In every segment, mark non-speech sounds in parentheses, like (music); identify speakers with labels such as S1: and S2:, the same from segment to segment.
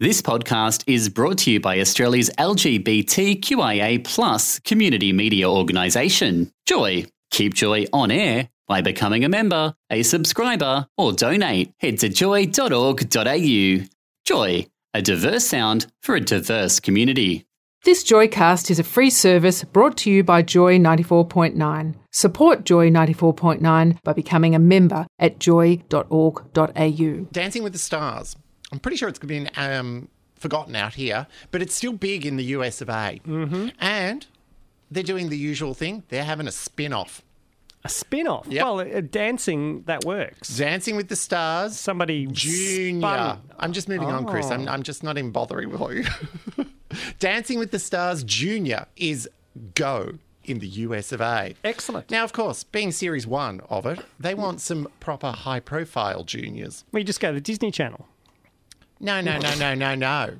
S1: This podcast is brought to you by Australia's LGBTQIA plus community media organisation, Joy. Keep Joy on air by becoming a member, a subscriber, or donate. Head to joy.org.au. Joy, a diverse sound for a diverse community.
S2: This Joycast is a free service brought to you by Joy 94.9. Support Joy 94.9 by becoming a member at joy.org.au.
S3: Dancing with the Stars. I'm pretty sure it's been um, forgotten out here, but it's still big in the US of A. Mm-hmm. And they're doing the usual thing. They're having a spin off.
S4: A spin off.
S3: Yep.
S4: Well, uh, dancing, that works.
S3: Dancing with the Stars.
S4: Somebody
S3: Junior.
S4: spun.
S3: I'm just moving on, Chris. I'm, I'm just not even bothering with you. (laughs) Dancing with the Stars Junior is go in the US of A.
S4: Excellent.
S3: Now, of course, being series one of it, they want some proper high profile juniors.
S4: We just go to the Disney Channel.
S3: No, no, no, no, no, no.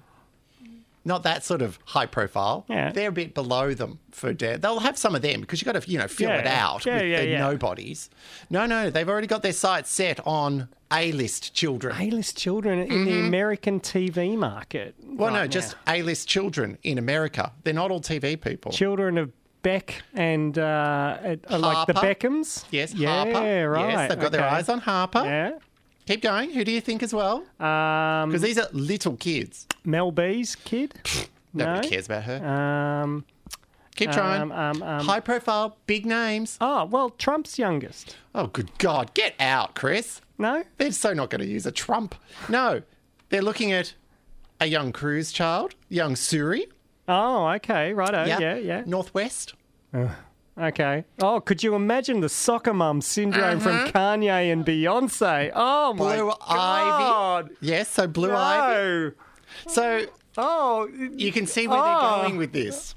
S3: Not that sort of high profile.
S4: Yeah.
S3: They're a bit below them for dare. They'll have some of them because you've got to, you know, fill
S4: Yeah.
S3: it out
S4: Yeah,
S3: with
S4: yeah,
S3: the
S4: yeah.
S3: nobodies. No, no, they've already got their sights set on A-list children.
S4: A-list children in the American TV market.
S3: Mm-hmm. well,
S4: right
S3: no,
S4: now.
S3: just A-list children in America. They're not all TV people.
S4: children of Beck and uh, at- uh, like
S3: Harper.
S4: the Beckhams.
S3: yes,
S4: yeah,
S3: Harper.
S4: right.
S3: Yes, they've got their
S4: okay.
S3: eyes on Harper.
S4: Yeah.
S3: Keep going. Who do you think as well?
S4: Um,
S3: Because these are little kids.
S4: Mel
S3: (laughs)
S4: B's kid.
S3: Nobody cares about her.
S4: Um,
S3: Keep trying.
S4: um, um, um.
S3: High profile, big names.
S4: oh, well, Trump's youngest.
S3: Oh, good God. Get out, Chris.
S4: No?
S3: They're so not going to use a Trump. No, they're looking at a young Cruz child, young Suri.
S4: Oh, okay. Righto. Yeah, yeah.
S3: Northwest.
S4: Okay. Oh, could you imagine the soccer mum syndrome from Kanye and Beyonce? Oh, my
S3: Uh-huh. Blue
S4: God.
S3: Ivy. Yes, so Blue
S4: No.
S3: Ivy. So
S4: Oh,
S3: you can see where
S4: Oh.
S3: they're going with this.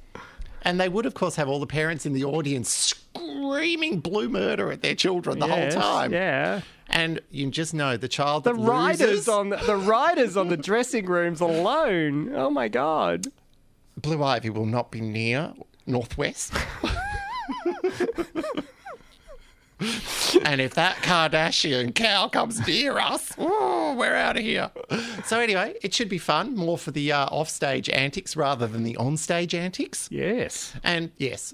S3: And they would, of course, have all the parents in the audience screaming blue murder at their children the
S4: yes,
S3: whole time.
S4: Yeah.
S3: And you just know the child
S4: The
S3: that
S4: riders
S3: loses,
S4: on the, the riders on the dressing rooms alone. Oh my god.
S3: Blue Ivy will not be near Northwest. and if that Kardashian cow comes near us, oh, we're out of here. So, anyway, it should be fun, more for the uh, offstage antics rather than the onstage antics.
S4: Yes.
S3: And yes,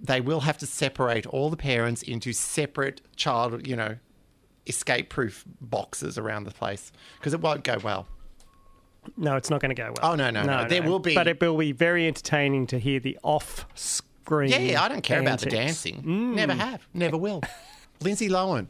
S3: they will have to separate all the parents into separate child, you know, escape proof boxes around the place because it won't go well.
S4: No, it's not going to go well.
S3: Oh, no, no, no. There will be-
S4: But it will be very entertaining to hear the off screen.
S3: Yeah, yeah, I don't care about the dancing. Never have, never (laughs) will. Lindsay Mm. Lohan,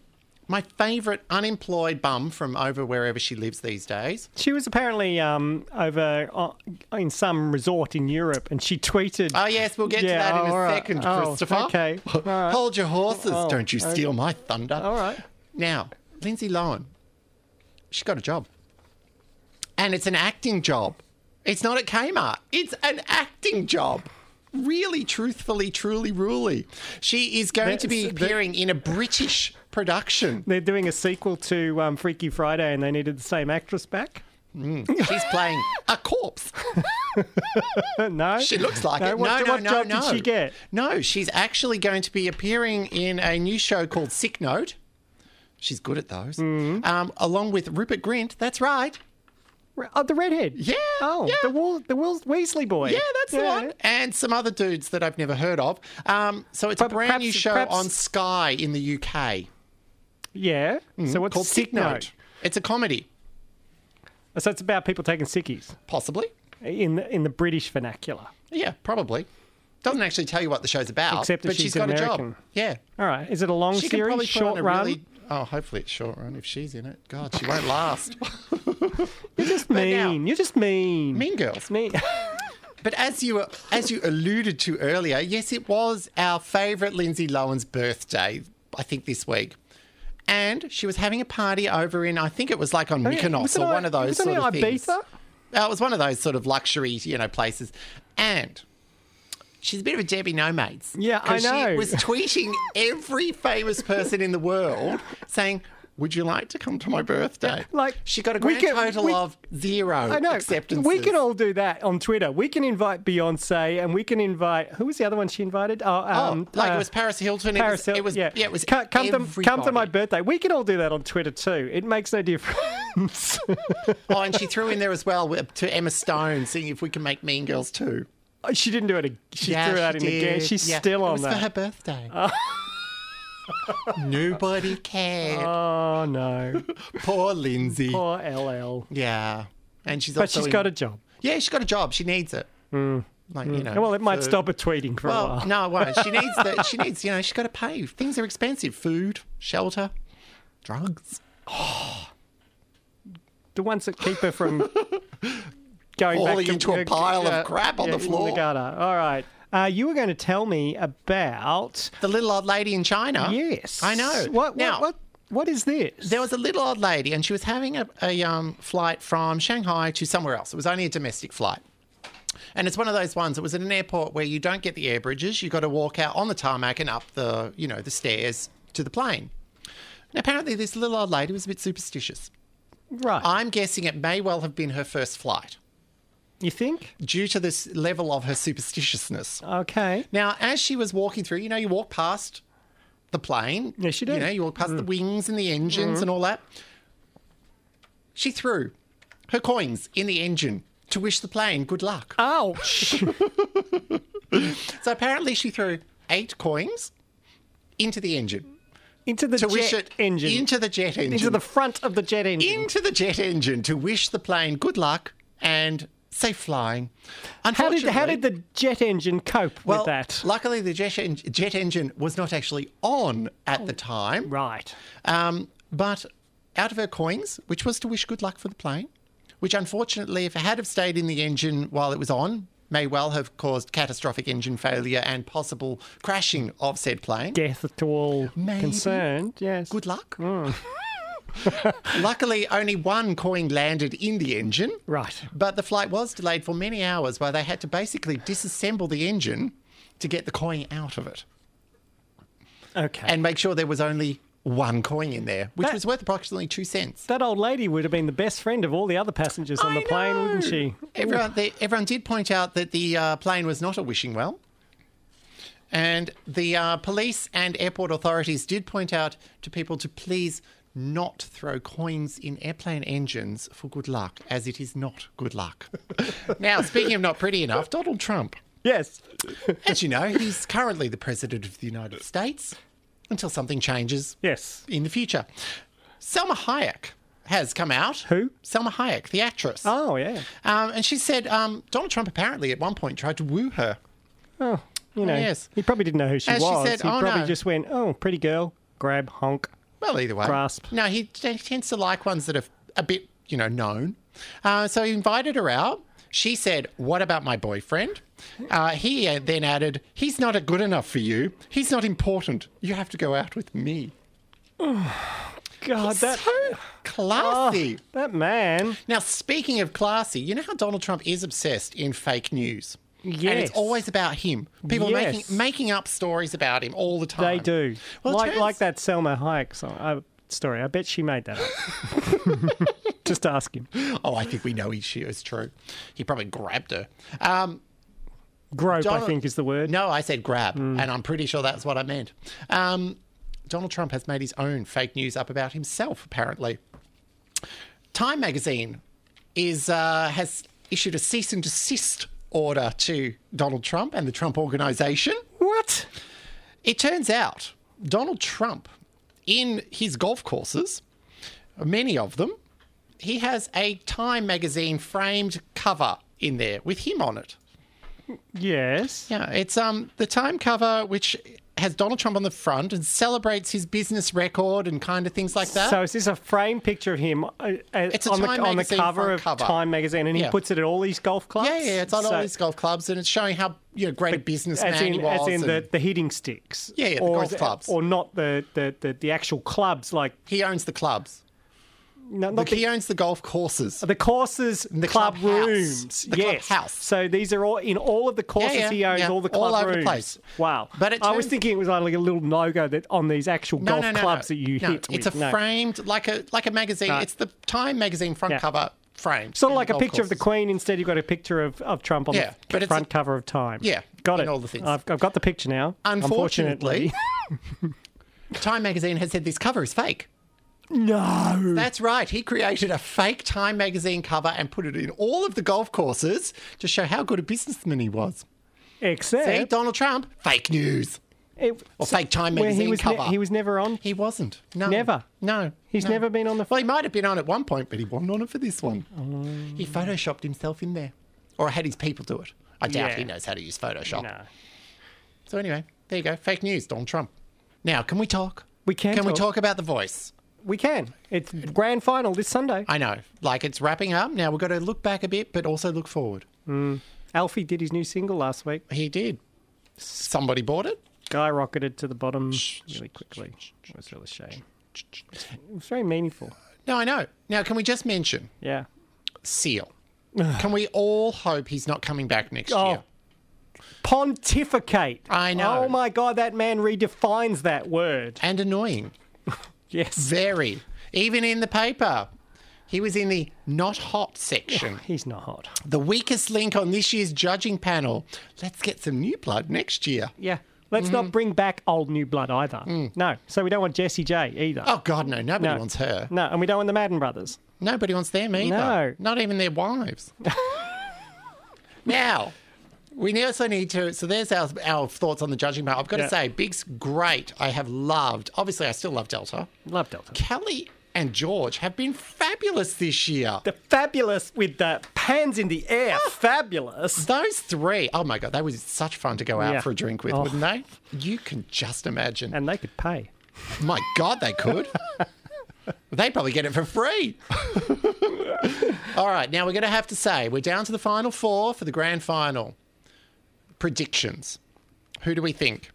S3: my favourite unemployed bum from over wherever she lives these days.
S4: She was apparently um, over uh, in some resort in Europe and she tweeted.
S3: Oh, yes, we'll get
S4: Yeah,
S3: to that in a
S4: all right.
S3: second,
S4: Oh,
S3: Christopher. (laughs)
S4: okay. All right.
S3: Hold your horses.
S4: Oh,
S3: don't you steal my thunder.
S4: All right.
S3: Now, Lindsay Lohan, she got a job. And it's an acting job. It's not at Kmart. It's an acting job. Really, truthfully, truly, really. She is going
S4: That's-
S3: to be
S4: that-
S3: appearing in a British production.
S4: They're doing a sequel to um, Freaky Friday and they needed the same actress back.
S3: She's playing a corpse.
S4: no.
S3: She looks like
S4: no,
S3: it.
S4: What,
S3: no, no,
S4: what
S3: no,
S4: job
S3: no.
S4: did she get?
S3: No, she's actually going to be appearing in a new show called Sick Note. She's good at those.
S4: Mm-hmm.
S3: Um, along with Rupert Grint. That's right.
S4: Re- Oh, the redhead.
S3: Yeah,
S4: Oh,
S3: yeah.
S4: the Wal- the Wil- Weasley boy.
S3: Yeah, that's the one. And some other dudes that I've never heard of. Um, so it's a
S4: But
S3: brand new
S4: perhaps-
S3: show
S4: perhaps-
S3: on Sky in the UK
S4: Yeah. So what's
S3: Mm-hmm. called
S4: sick
S3: Sick
S4: note?
S3: Note. It's a comedy,
S4: So it's about people taking sickies
S3: possibly.
S4: in the, in the British vernacular.
S3: Yeah, probably. Doesn't actually tell you what the show's about,
S4: Except that
S3: but
S4: she's
S3: she's got a
S4: American.
S3: job. Yeah.
S4: All right. Is it a long
S3: She can
S4: series?
S3: probably put
S4: short
S3: on a
S4: run?
S3: really. Oh, hopefully it's short run. If she's in it, God, she won't last.
S4: just
S3: but now-
S4: mean. You're just mean.
S3: mean Girls.
S4: Mean. (laughs)
S3: But as you as you alluded to earlier, yes, it was our favourite Lindsay Lohan's birthday. I think this week. And she was having a party over in, I think it was like on
S4: Was
S3: Mykonos
S4: it
S3: or
S4: on-
S3: one of those
S4: was it on
S3: sort of
S4: Ibiza?
S3: things. Uh, it was one of those sort of luxury, you know, places. And she's a bit of a Debbie No Mates.
S4: Yeah, I
S3: 'Cause
S4: know.
S3: She was tweeting every famous person in the world saying, Would you like to come to my birthday?
S4: Like,
S3: she got a
S4: we
S3: grand
S4: can-
S3: total
S4: we-
S3: of zero
S4: I know.
S3: acceptances.
S4: We can all do that on Twitter. We can invite Beyonce, and we can invite who was the other one she invited? Oh,
S3: Oh,
S4: um,
S3: like
S4: uh,
S3: it was Paris Hilton. It
S4: Paris
S3: was,
S4: Hill-
S3: it was yeah.
S4: yeah.
S3: it was
S4: come, come to come to my
S3: everybody.
S4: birthday. We can all do that on Twitter too. It makes no difference. (laughs)
S3: Oh, and she threw in there as well with- to Emma Stone, seeing if we can make Mean Girls too.
S4: she didn't do it. ag- She
S3: Yeah,
S4: threw it out in again.
S3: did.
S4: She's
S3: Yeah.
S4: still
S3: it
S4: on
S3: was
S4: that. Oh.
S3: for her birthday. Nobody cared.
S4: Oh
S3: (laughs)
S4: no,
S3: Poor Lindsay.
S4: poor LL.
S3: Yeah, and she's
S4: But
S3: also
S4: she's
S3: in-
S4: got a job.
S3: yeah, she's got a job. She needs it. Like you know.
S4: Well, it might
S3: so-
S4: stop her tweeting for a
S3: Well,
S4: while.
S3: no, it won't. She needs the. She needs. You know, she's got to pay. Things are expensive: food, shelter, drugs.
S4: The ones that keep
S3: (laughs)
S4: her from going back
S3: Falling
S4: to-
S3: into a
S4: uh,
S3: pile of
S4: uh,
S3: crap on
S4: yeah,
S3: the floor.
S4: In the gutter. All right. Uh, you were going to tell me about
S3: The little old lady in China.
S4: yes.
S3: I know.
S4: What? What?
S3: Now-
S4: what what is this?
S3: There was a little old lady, and she was having a, a um, flight from Shanghai to somewhere else. It was only a domestic flight. And it's one of those ones. It was at an airport where you don't get the air bridges. You've got to walk out on the tarmac and up the, you know, the stairs to the plane. And apparently, this little old lady was a bit superstitious.
S4: right.
S3: I'm guessing it may well have been her first flight
S4: you think?
S3: due to this level of her superstitiousness.
S4: Okay.
S3: Now, as she was walking through, you know, you walk past the plane.
S4: Yes, you
S3: You
S4: do. Mm. Mm-hmm.
S3: know, you walk past the wings and the engines and all that. She threw her coins in the engine to wish the plane good luck.
S4: Uh. Ouch.
S3: So apparently, she threw eight coins into the engine
S4: into the
S3: to
S4: jet
S3: wish it
S4: engine.
S3: into the jet engine
S4: Into the front of the jet engine.
S3: into the jet engine to wish the plane good luck and safe flying.
S4: how did how
S3: Unfortunately-
S4: did the jet engine cope
S3: well,
S4: with that?
S3: Luckily, the jet, en- jet engine was not actually on at the time.
S4: right.
S3: Um, but out of her coins, which was to wish good luck for the plane, which unfortunately, if it had have stayed in the engine while it was on, may well have caused catastrophic engine failure and possible crashing of said plane.
S4: Death to all
S3: Maybe.
S4: concerned. Yes.
S3: Good
S4: (laughs)
S3: luck.
S4: Mm.
S3: (laughs) Luckily, only one coin landed in the engine.
S4: Right.
S3: But the flight was delayed for many hours, where they had to basically disassemble the engine to get the coin out of it
S4: Okay.
S3: and make sure there was only one coin in there, which
S4: That-
S3: was worth approximately two cents.
S4: That old lady would have been the best friend of all the other passengers on the plane, wouldn't she?
S3: Everyone, they, everyone did point out that the uh, plane was not a wishing well. And the uh, police and airport authorities did point out to people to please not throw coins in airplane engines for good luck, as it is not good
S4: (laughs)
S3: luck. now, speaking of not pretty enough, Donald Trump,
S4: Yes.
S3: as you know, he's currently the president of the United States until something changes
S4: Yes.
S3: in the future. Selma Hayek has come out.
S4: Who?
S3: Selma Hayek, the actress.
S4: Oh, yeah.
S3: Um, and she said um, Donald Trump apparently at one point tried to woo her.
S4: Oh, you know.
S3: Yes.
S4: He probably didn't know who she
S3: As she
S4: was.
S3: said,
S4: he
S3: "Oh,
S4: probably
S3: no."
S4: just went, oh, pretty girl, grab, honk.
S3: Well, either way.
S4: Grasp.
S3: No, he t- tends to like ones that are a bit, you know, known. Uh, so he invited her out. She said, What about my boyfriend? Uh, he uh, then added, He's not good enough for you. He's not important. You have to go out with me.
S4: God, that Oh,
S3: so
S4: (laughs)
S3: classy.
S4: that man.
S3: Now, speaking of classy, you know how Donald Trump is obsessed in fake news? And
S4: Yes.
S3: it's always about him. People are
S4: Yes.
S3: making, making up stories about him all the time.
S4: They do.
S3: Well, it
S4: like
S3: turns-
S4: like that Selma Hayek song, uh, story. I bet she made that up.
S3: (laughs)
S4: just ask him.
S3: Oh, I think we know he, she is true. He probably grabbed her. Um,
S4: Grope, I
S3: Donald-
S4: think, is the word. Hmm.
S3: no, I said grab, and I'm pretty sure that's what I meant. Um, Donald Trump has made his own fake news up about himself, apparently. Time magazine is uh, has issued a cease and desist order to Donald Trump and the Trump organization.
S4: What?
S3: It turns out Donald Trump, in his golf courses, many of them, he has a Time magazine framed cover in there with him on it.
S4: Yes.
S3: Yeah, it's um the Time cover which has Donald Trump on the front and celebrates his business record and kind of things like that.
S4: So is this a frame picture of him uh, uh,
S3: a
S4: on, the,
S3: Time
S4: on the
S3: magazine
S4: cover
S3: front
S4: of
S3: cover.
S4: Time magazine, and
S3: Yeah.
S4: he puts it at all these golf clubs?
S3: yeah, yeah, it's on
S4: So-
S3: all these golf clubs and it's showing how you know great a businessman
S4: as in,
S3: he was.
S4: as in the,
S3: and
S4: the hitting sticks.
S3: Yeah, yeah, the
S4: or
S3: golf
S4: is it-
S3: clubs.
S4: Or not the, the, the, the actual clubs, like,
S3: he owns the clubs.
S4: No, not
S3: Look,
S4: the,
S3: he owns the golf courses.
S4: the courses,
S3: The
S4: club,
S3: clubhouse.
S4: rooms.
S3: The
S4: yes.
S3: clubhouse.
S4: So these are all in all of the courses
S3: yeah,
S4: he owns,
S3: yeah.
S4: all the
S3: All
S4: club
S3: over the
S4: rooms.
S3: place.
S4: Wow.
S3: But it
S4: I was
S3: turns-
S4: thinking it was like a little logo that on these actual golf clubs that you
S3: No,
S4: hit.
S3: It's
S4: with.
S3: a
S4: No.
S3: framed like a like a magazine.
S4: No.
S3: It's the Time magazine front
S4: Yeah.
S3: cover framed.
S4: Sort
S3: in
S4: of like a
S3: golf
S4: picture of the
S3: courses.
S4: Queen. Instead, you've got a picture of, of Trump on
S3: Yeah,
S4: the
S3: but it's
S4: front
S3: a-
S4: cover of Time.
S3: Yeah,
S4: got
S3: in
S4: it.
S3: all the things.
S4: I've, I've got the picture now.
S3: Unfortunately, Time magazine has said this cover is fake.
S4: no.
S3: That's right. He created a fake Time magazine cover and put it in all of the golf courses to show how good a businessman he was. See,
S4: (laughs) Except
S3: Donald Trump, fake news
S4: it,
S3: or fake Time
S4: where
S3: magazine
S4: he was, ne-
S3: cover.
S4: he was never on.
S3: He wasn't. No.
S4: Never.
S3: No.
S4: He's
S3: no.
S4: never been on the.
S3: Well, he might have been on at one point, but he wasn't on it for this one.
S4: Oh.
S3: He photoshopped himself in there, or had his people do it. I doubt
S4: Yeah.
S3: he knows how to use Photoshop.
S4: No.
S3: So anyway, there you go. Fake news, Donald Trump. Now, can we talk?
S4: We can
S3: Can we
S4: talk.
S3: talk about the voice?
S4: We can. It's grand final this Sunday.
S3: I know, like it's wrapping up. Now we've got to look back a bit, but also look forward.
S4: Alfie did his new single last week.
S3: He did. Somebody bought it.
S4: Skyrocketed to the bottom really quickly. It was really shame. It was very meaningful.
S3: No, I know. Now, can we just mention
S4: Yeah. (sighs)
S3: Seal? can we all hope he's not coming back next
S4: Oh.
S3: year?
S4: Pontificate.
S3: I know.
S4: Oh my God, that man redefines that word.
S3: And annoying.
S4: Yes.
S3: Very. Even in the paper. He was in the not hot section.
S4: He's not hot.
S3: The weakest link on this year's judging panel. Let's get some new blood next year.
S4: Yeah. Let's
S3: Mm-hmm.
S4: not bring back old new blood either. No. So we don't want Jesse J either.
S3: Mm. Oh, God, no. Nobody
S4: no.
S3: wants her.
S4: No, and we don't want the Madden brothers.
S3: Nobody wants them either.
S4: No.
S3: Not even their
S4: (laughs)
S3: wives. now, we also need to. So there's our, our thoughts on the judging panel. I've got
S4: Yeah.
S3: to say, Big's great. I have loved. Obviously, I still love Delta.
S4: Love Delta.
S3: Kelly and George have been fabulous this year.
S4: The fabulous with the pans in the air. fabulous.
S3: Those three, oh my God, that was such fun to go out
S4: Yeah.
S3: for a drink with,
S4: Oh.
S3: wouldn't they? You can just imagine.
S4: And they could pay.
S3: my God, they
S4: (laughs)
S3: could. they probably get it for free. All right, now we're going to have to say we're down to the final four for the grand final. Predictions. Who do we think?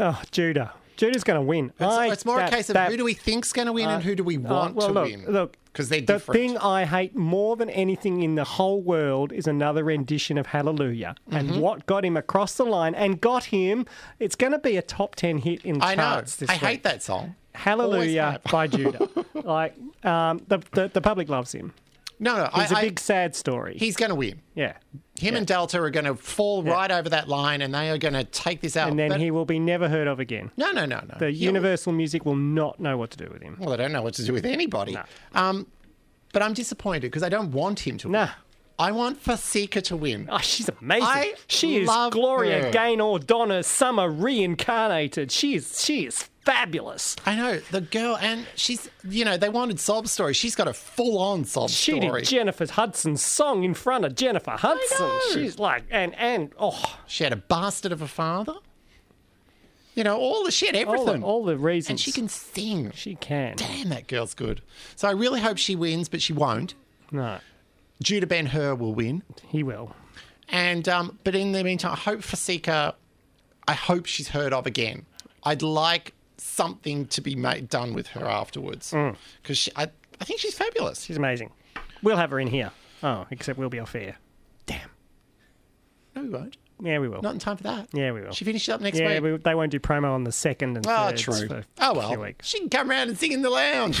S4: Oh, Judah. Judah's going to win.
S3: It's, it's more a case of who do we think's going to win and who do we want
S4: uh, well,
S3: to
S4: look,
S3: win.
S4: Look,
S3: because they're
S4: the
S3: different.
S4: thing I hate more than anything in the whole world is another rendition of Hallelujah.
S3: Mm-hmm.
S4: And what got him across the line and got him, it's going to be a top 10 hit in
S3: I know.
S4: charts this
S3: I
S4: week.
S3: hate that song.
S4: Hallelujah
S3: Always (laughs)
S4: by Judah. like, um, the, the, the public loves him.
S3: No, no.
S4: It's a
S3: I, Oh,
S4: big,
S3: I,
S4: sad story.
S3: he's going to win.
S4: yeah.
S3: Him and Delta are going to fall right over that line, and they are going to take this out.
S4: And then
S3: But-
S4: he will be never heard of again.
S3: No, no, no, no.
S4: The
S3: He'll-
S4: Universal Music will not know what to do with him.
S3: Well, I don't know what to do with anybody. Um, but I'm disappointed because I don't want him to win.
S4: Nah.
S3: I want Fasika to win.
S4: Oh, she's amazing.
S3: I
S4: she is
S3: love
S4: Gloria
S3: her.
S4: Gaynor Donna Summer reincarnated. She is she is fabulous.
S3: I know the girl, and she's you know they wanted sob story. She's got a full on sob
S4: She
S3: story.
S4: did Jennifer Hudson's song in front of Jennifer Hudson.
S3: know.
S4: She's like and and oh
S3: she had a bastard of a father. You know all the she had
S4: all the,
S3: everything,
S4: all the reasons
S3: and she can sing.
S4: she can.
S3: Damn, that girl's good. So I really hope she wins, but she won't.
S4: No,
S3: Judah Ben Hur will win,
S4: he will.
S3: and um, but in the meantime, I hope Fasika. I hope she's heard of again. I'd like something to be made done with her afterwards
S4: Mm.
S3: because I, I think she's fabulous.
S4: She's amazing. We'll have her in here. Oh, except we'll be off air. Damn.
S3: No, we won't.
S4: Yeah, we will.
S3: Not in time for that.
S4: Yeah, we will.
S3: She finishes up next
S4: yeah,
S3: week.
S4: we, they won't do promo on the second and
S3: Oh,
S4: thirds
S3: true.
S4: for
S3: Oh
S4: a few
S3: well,
S4: weeks.
S3: she can come round and sing in the
S4: (laughs)
S3: lounge.